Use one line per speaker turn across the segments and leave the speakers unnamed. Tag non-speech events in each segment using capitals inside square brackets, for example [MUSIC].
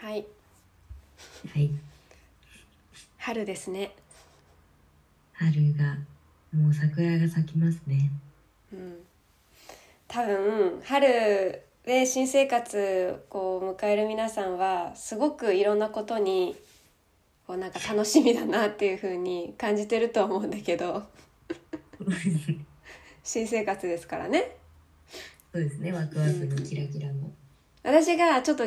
はい
はい。
春ですね
春が、もう桜が咲きますね。
うん多分春で新生活を迎える皆さんはすごくいろんなことにこうなんか楽しみだなっていう風に感じてると思うんだけど [LAUGHS] 新生活ですからね
そうですね、ワクワクのキラキラの。
私がちょっと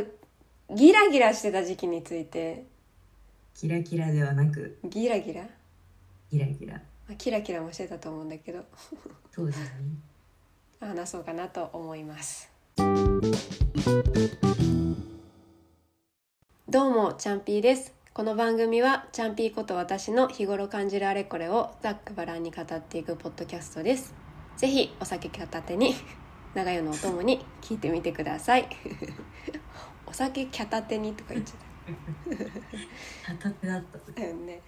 ギラギラしてた時期について
キラキラではなく、
ギラギラ、ま
ギラギラ。
あキラキラもしてたと思うんだけど
そうですね。
話そうかなと思いますどうもちゃんぴーですこの番組はちゃんぴーこと私の日頃感じるあれこれをざっくばらんに語っていくポッドキャストですぜひお酒片手に長夜のお供に聞いてみてください [LAUGHS] お酒片手にとか言っちゃっ
片手だった時。
たよね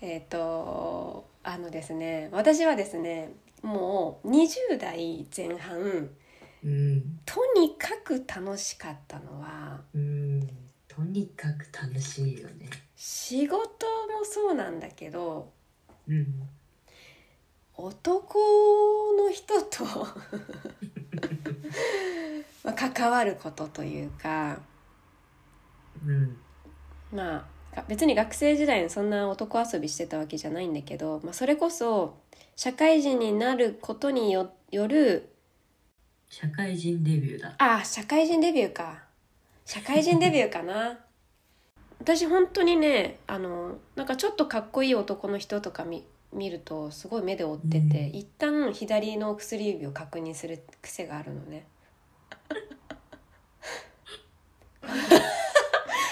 えっ、とあのですね私はですねもう20代前半
うん。
とにかく楽しかったのは
うん。とにかく楽しいよね。
仕事もそうなんだけど
うん。
男の人と [LAUGHS] まあ関わることというか
うん。
まあが別に学生時代にそんな男遊びしてたわけじゃないんだけど、まあ、それこそ社会人になることによよる
社会人デビューだ。
あ社会人デビューか社会人デビューかな私本当にねあのなんかちょっとかっこいい男の人とか見見るとすごい目で追ってて、
うん
一旦左の薬指を確認する癖があるのね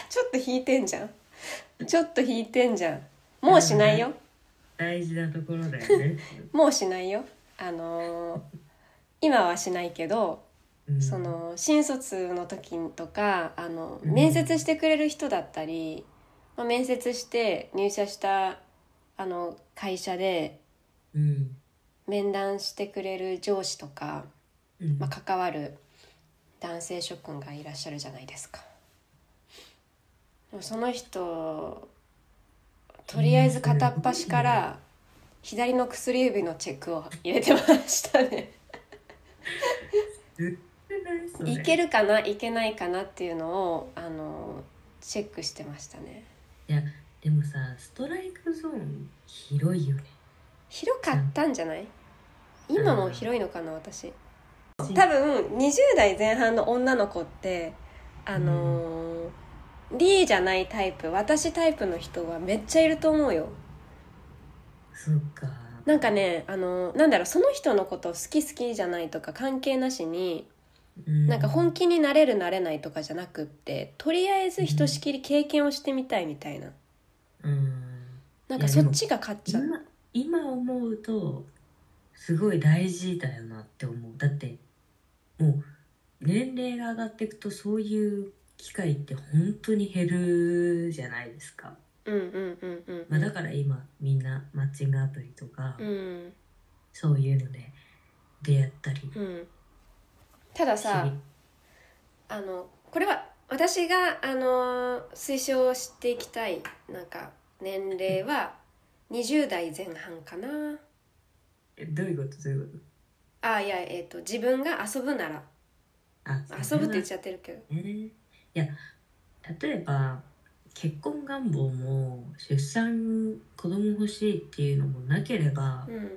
ちょっと引いてんじゃんちょっと引いてんじゃんもうしないよ
大事なところだよね。
もうしないよあのー今はしないけど
うん
そ。の新卒の時とかあの
うん
面接してくれる人だったり、まあ、面接して入社したあの会社で
うん。
面談してくれる上司とか、
うん。
まあ、関わる男性諸君がいらっしゃるじゃないですか。でもその人とりあえず片っ端から左の薬指のチェックを入れてましたね。いけ
る。
るかないけないかなっていうのをあのチェックしてましたね
でもさ、ストライクゾーン広いよね。
広かったんじゃない、
ん
今も広いのかな私多分20代前半の女の子ってあのー D じゃないタイプ私タイプの人はめっちゃいると思うよ
そっか。
なんかねあのーなんだろうその人のこと好き好きじゃないとか関係なしに
う、
なんか本気になれるなれないとかじゃなくってとりあえずひとしきり経験をしてみたいみたいな
うん。
なんかそっちが勝っちゃう
今今思うとすごい大事だよなって思うだってもう年齢が上がっていくとそういう機会って本当に減るじゃないですか、
うんうんうんうんうん、
まあ、だから今みんなマッチングアプリとか、
うん
そういうので出会ったり
うんただ
す
さ
る
あのこれは私が、あのー推奨していきたいなんか年齢は20代前半かな
えどういうことどういうこ
あいやえっ、と自分が遊ぶなら
とあ
遊ぶって言っ
そ
ちゃってるけど
れはねいや例えば結婚願望も出産子供欲しいっていうのもなければ、
うん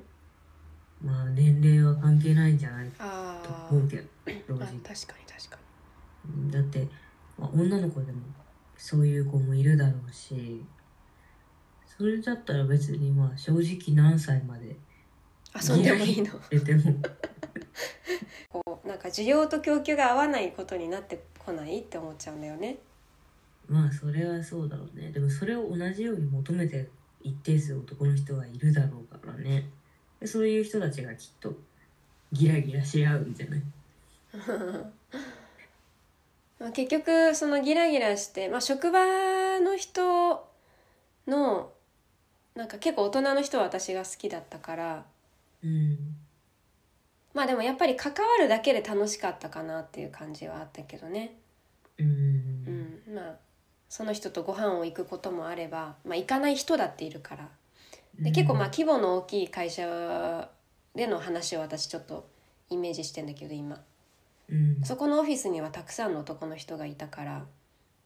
まあ年齢は関係ないんじゃない
あ
と
ー
思うけど
あ
同
確か
時
に
に
確か
だって、まあ、女の子でもそういう子もいるだろうしそれだったら別にまあ正直何歳まで
に遊んでもいいの
出ても [LAUGHS]
こうなんか需要と供給が合わないことになってこないって思っちゃうんだよね
まあそれはそうだろうねでもそれを同じように求めて一定数男の人はいるだろうからねでそういう人たちがきっとギラギラし合うんじゃない
[LAUGHS] まあ結局そのギラギラして、まあ、職場の人のなんか結構大人の人は私が好きだったから
うん
まあでもやっぱり関わるだけで楽しかったかなっていう感じはあったけどね、
うん
うん、まあその人とご飯を行くこともあれば、まあ、行かない人だっているからで結構まあ規模の大きい会社での話を私ちょっとイメージしてんだけど今
うん、
そこのオフィスにはたくさんの男の人がいたから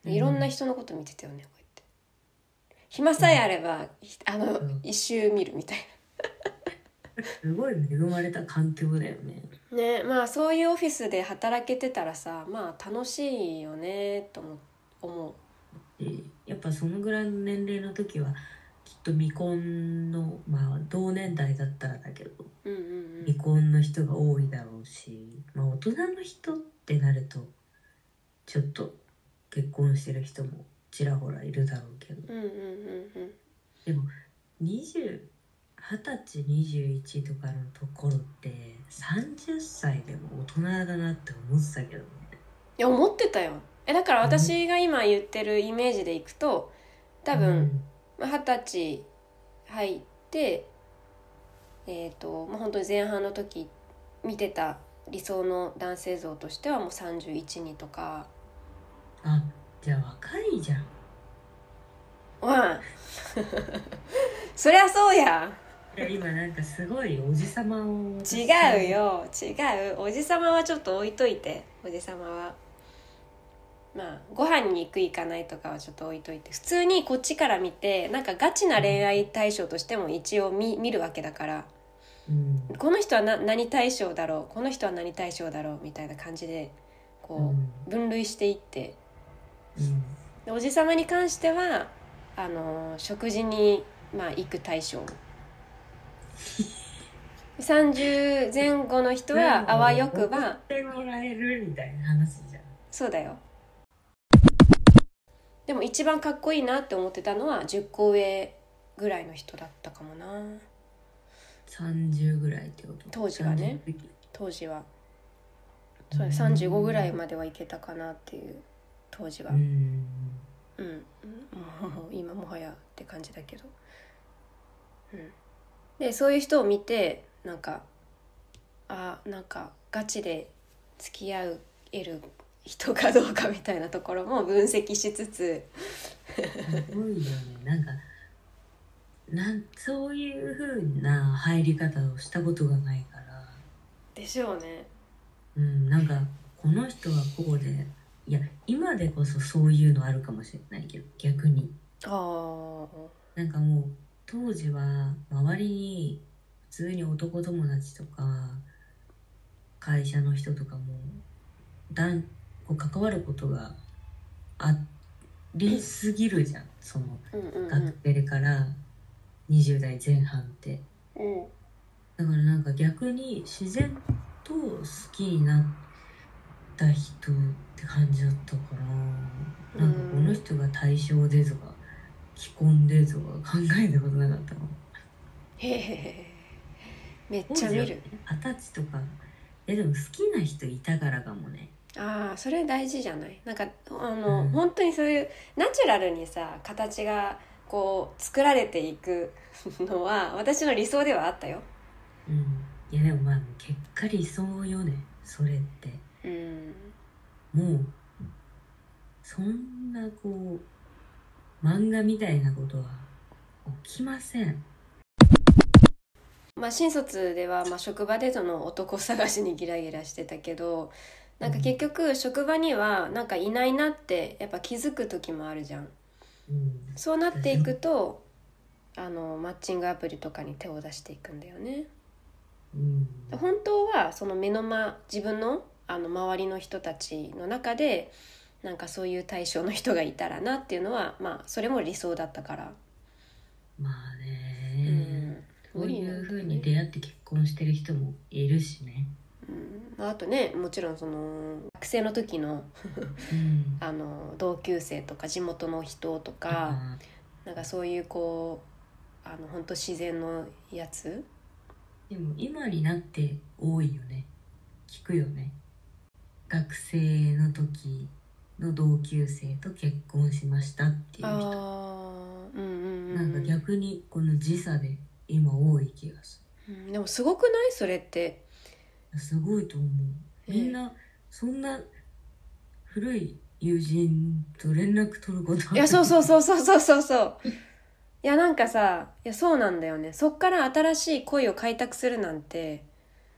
でいろんな人のこと見てたよねこうやって暇さえあればひあの
うん
一周見るみたい
すごい恵まれた環境だよね。
なねまあそういうオフィスで働けてたらさまあ楽しいよねとも思う
でやっぱそのぐらいの年齢の時はきっと未婚のまあ同年代だったらだけど
うんうんう
未
ん
婚の人が多いだろうし、まあ、大人の人ってなるとちょっと結婚してる人もちらほらいるだろうけど
うんうんうんうん
20二十歳21とかのところって30歳でも大人だなって思ってたけどね。
いや思ってたよえだから私が今言ってるイメージでいくと多分まあ二十歳入ってえっ、とまあ本当に前半の時見てた理想の男性像としてはもう31にとか
うん、あじゃあ若いじゃん。
うん [LAUGHS] そりゃそうや
いや今なんかすごいおじさまを
違うよ違うおじさまはちょっと置いといておじさまはまあご飯に行く行かないとかはちょっと置いといて普通にこっちから見てなんかガチな恋愛対象としても一応見見るわけだから
うん、
この人はな何対象だろうこの人は何対象だろうみたいな感じで
う
こ
ん
う分類していって
うん
でおじさまに関してはあのー食事に、まあ、行く対
[LAUGHS]
象30前後の人はあわよくば
送ってもらえるみたいな話じゃん
そうだよでも一番かっこいいなって思ってたのは10個上ぐらいの人だったかもな
30ぐらいってこと
当時はね
30時
当時はそうだ35ぐらいまではいけたかなっていう当時は
うん
うん、もう今もはやって感じだけど、うん、でそういう人を見てなんかあなんかガチで付き合う得る人かどうかみたいなところも分析しつつ
すごいよねなんかなんそういうふうな入り方をしたことがないから
でしょうね
うんなんかこの人はこうでいや今でこそそういうのあるかもしれないけど逆に
ああ
なんかもう当時は周りに普通に男友達とか会社の人とかもだんこう関わることがありすぎるじゃんその
うんうん
学生から20代前半って
うん
だからなんか逆に自然と好きになった人って感じだったからなんかこの人が対象でとか既婚でとか考えたことなかったの
へえめっちゃ見る
二十歳とかえでも好きな人いたからかもね
ああそれ大事じゃないなんかあの、
うん
本当にそういうナチュラルにさ形がこう作られてい
[LAUGHS]
くのは私の理想ではあったよ
うんいやでもまあ結果理想よねそれって
うん
もうそんなこう漫画みたいなことは起きません
まあ新卒では、まあ、職場でその男探しにギラギラしてたけどなんか結局職場にはなんかいないなってやっぱ気づく時もあるじゃん
うん
そうなっていくとあのマッチングアプリとかに手を出していくんだよね
うん
本当はその目の前自分のあの周りの人たちの中でなんかそういう対象の人がいたらなっていうのはまあそれも理想だったから、
まあね、
うん
こう
無理
い
な
うん
だ
ふ
ね
うに出会って結婚してる人もいるしね、
うんあとねもちろんその学生の時の
うん、
あの同級生とか地元の人とか、
あ
なんかそういうこうあの本当自然のやつ
でも今になって多いよね聞くよね学生の時の同級生と結婚しましたっていう人
あーうんうんうん
なんか逆にこの時差で今多い気がす
うんでもすごくないそれって
るすごいと思う
ええ
みんなそんな古い友人と連絡取ること
いやそうそう
う
そうそうそうそうそういやなんかさいやそうなんだよねそっから新しい恋を開拓するなんて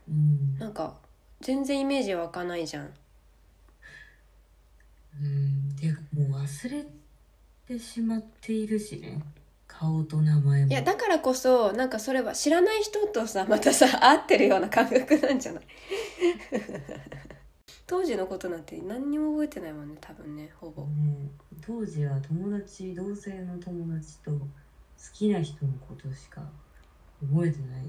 うん、
なんか全然イメージ湧かないじゃん
うん、ていうかもう忘れてしまっているしね顔と名前も
いやだからこそなんかそれは知らない人とさまたさ会ってるような感覚なんじゃない [LAUGHS] 当時のことなんて何にも覚えてないもんね多分ねほぼ
もう当時は友達同性の友達と好きな人のことしか覚えてないね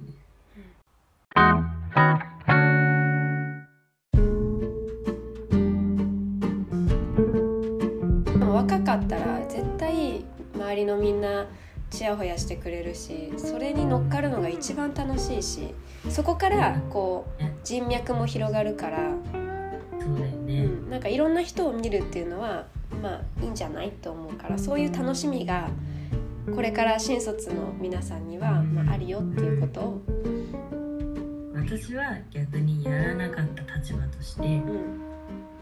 若かったら絶対周りのみんなちやほやしてくれるしそれに乗っかるのが一番楽しいしそこからこう人脈も広がるから、
そうだよ
う
ね、
ん、なんかいろんな人を見るっていうのはまあいいんじゃないと思うからそういう楽しみがこれから新卒の皆さんには、まあ、あるよっていうことを、
私は逆にやらなかった立場として
うん、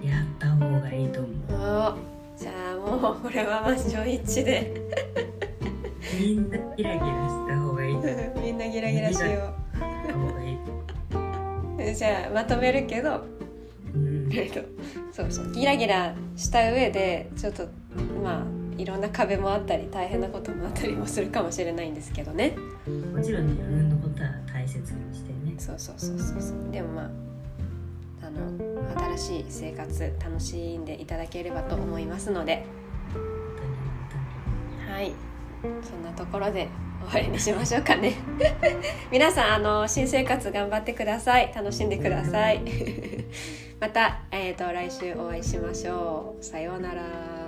やった方がいいと思う
あーじゃあもうこれは満場一致で [LAUGHS]
みんなギラギラした方がいい [LAUGHS] と
みんなギラギラしよ
思う方がいいと思
うじゃあまとめるけど
う、うん、
えっと [LAUGHS] そうそうギラギラした上でちょっとまあいろんな壁もあったり大変なこともあったりもするかもしれないんですけどね
もちろん自分のことは大切にしてね
そうそうそうそうそうでもまああの新しい生活楽しんでいただければと思いますので
本当に
はいそんなところで終わりにしましょうかね [LAUGHS] 皆さんあの新生活頑張ってください楽しんでく [LAUGHS] ださいまた、えー、と来週お会いしましょうさようなら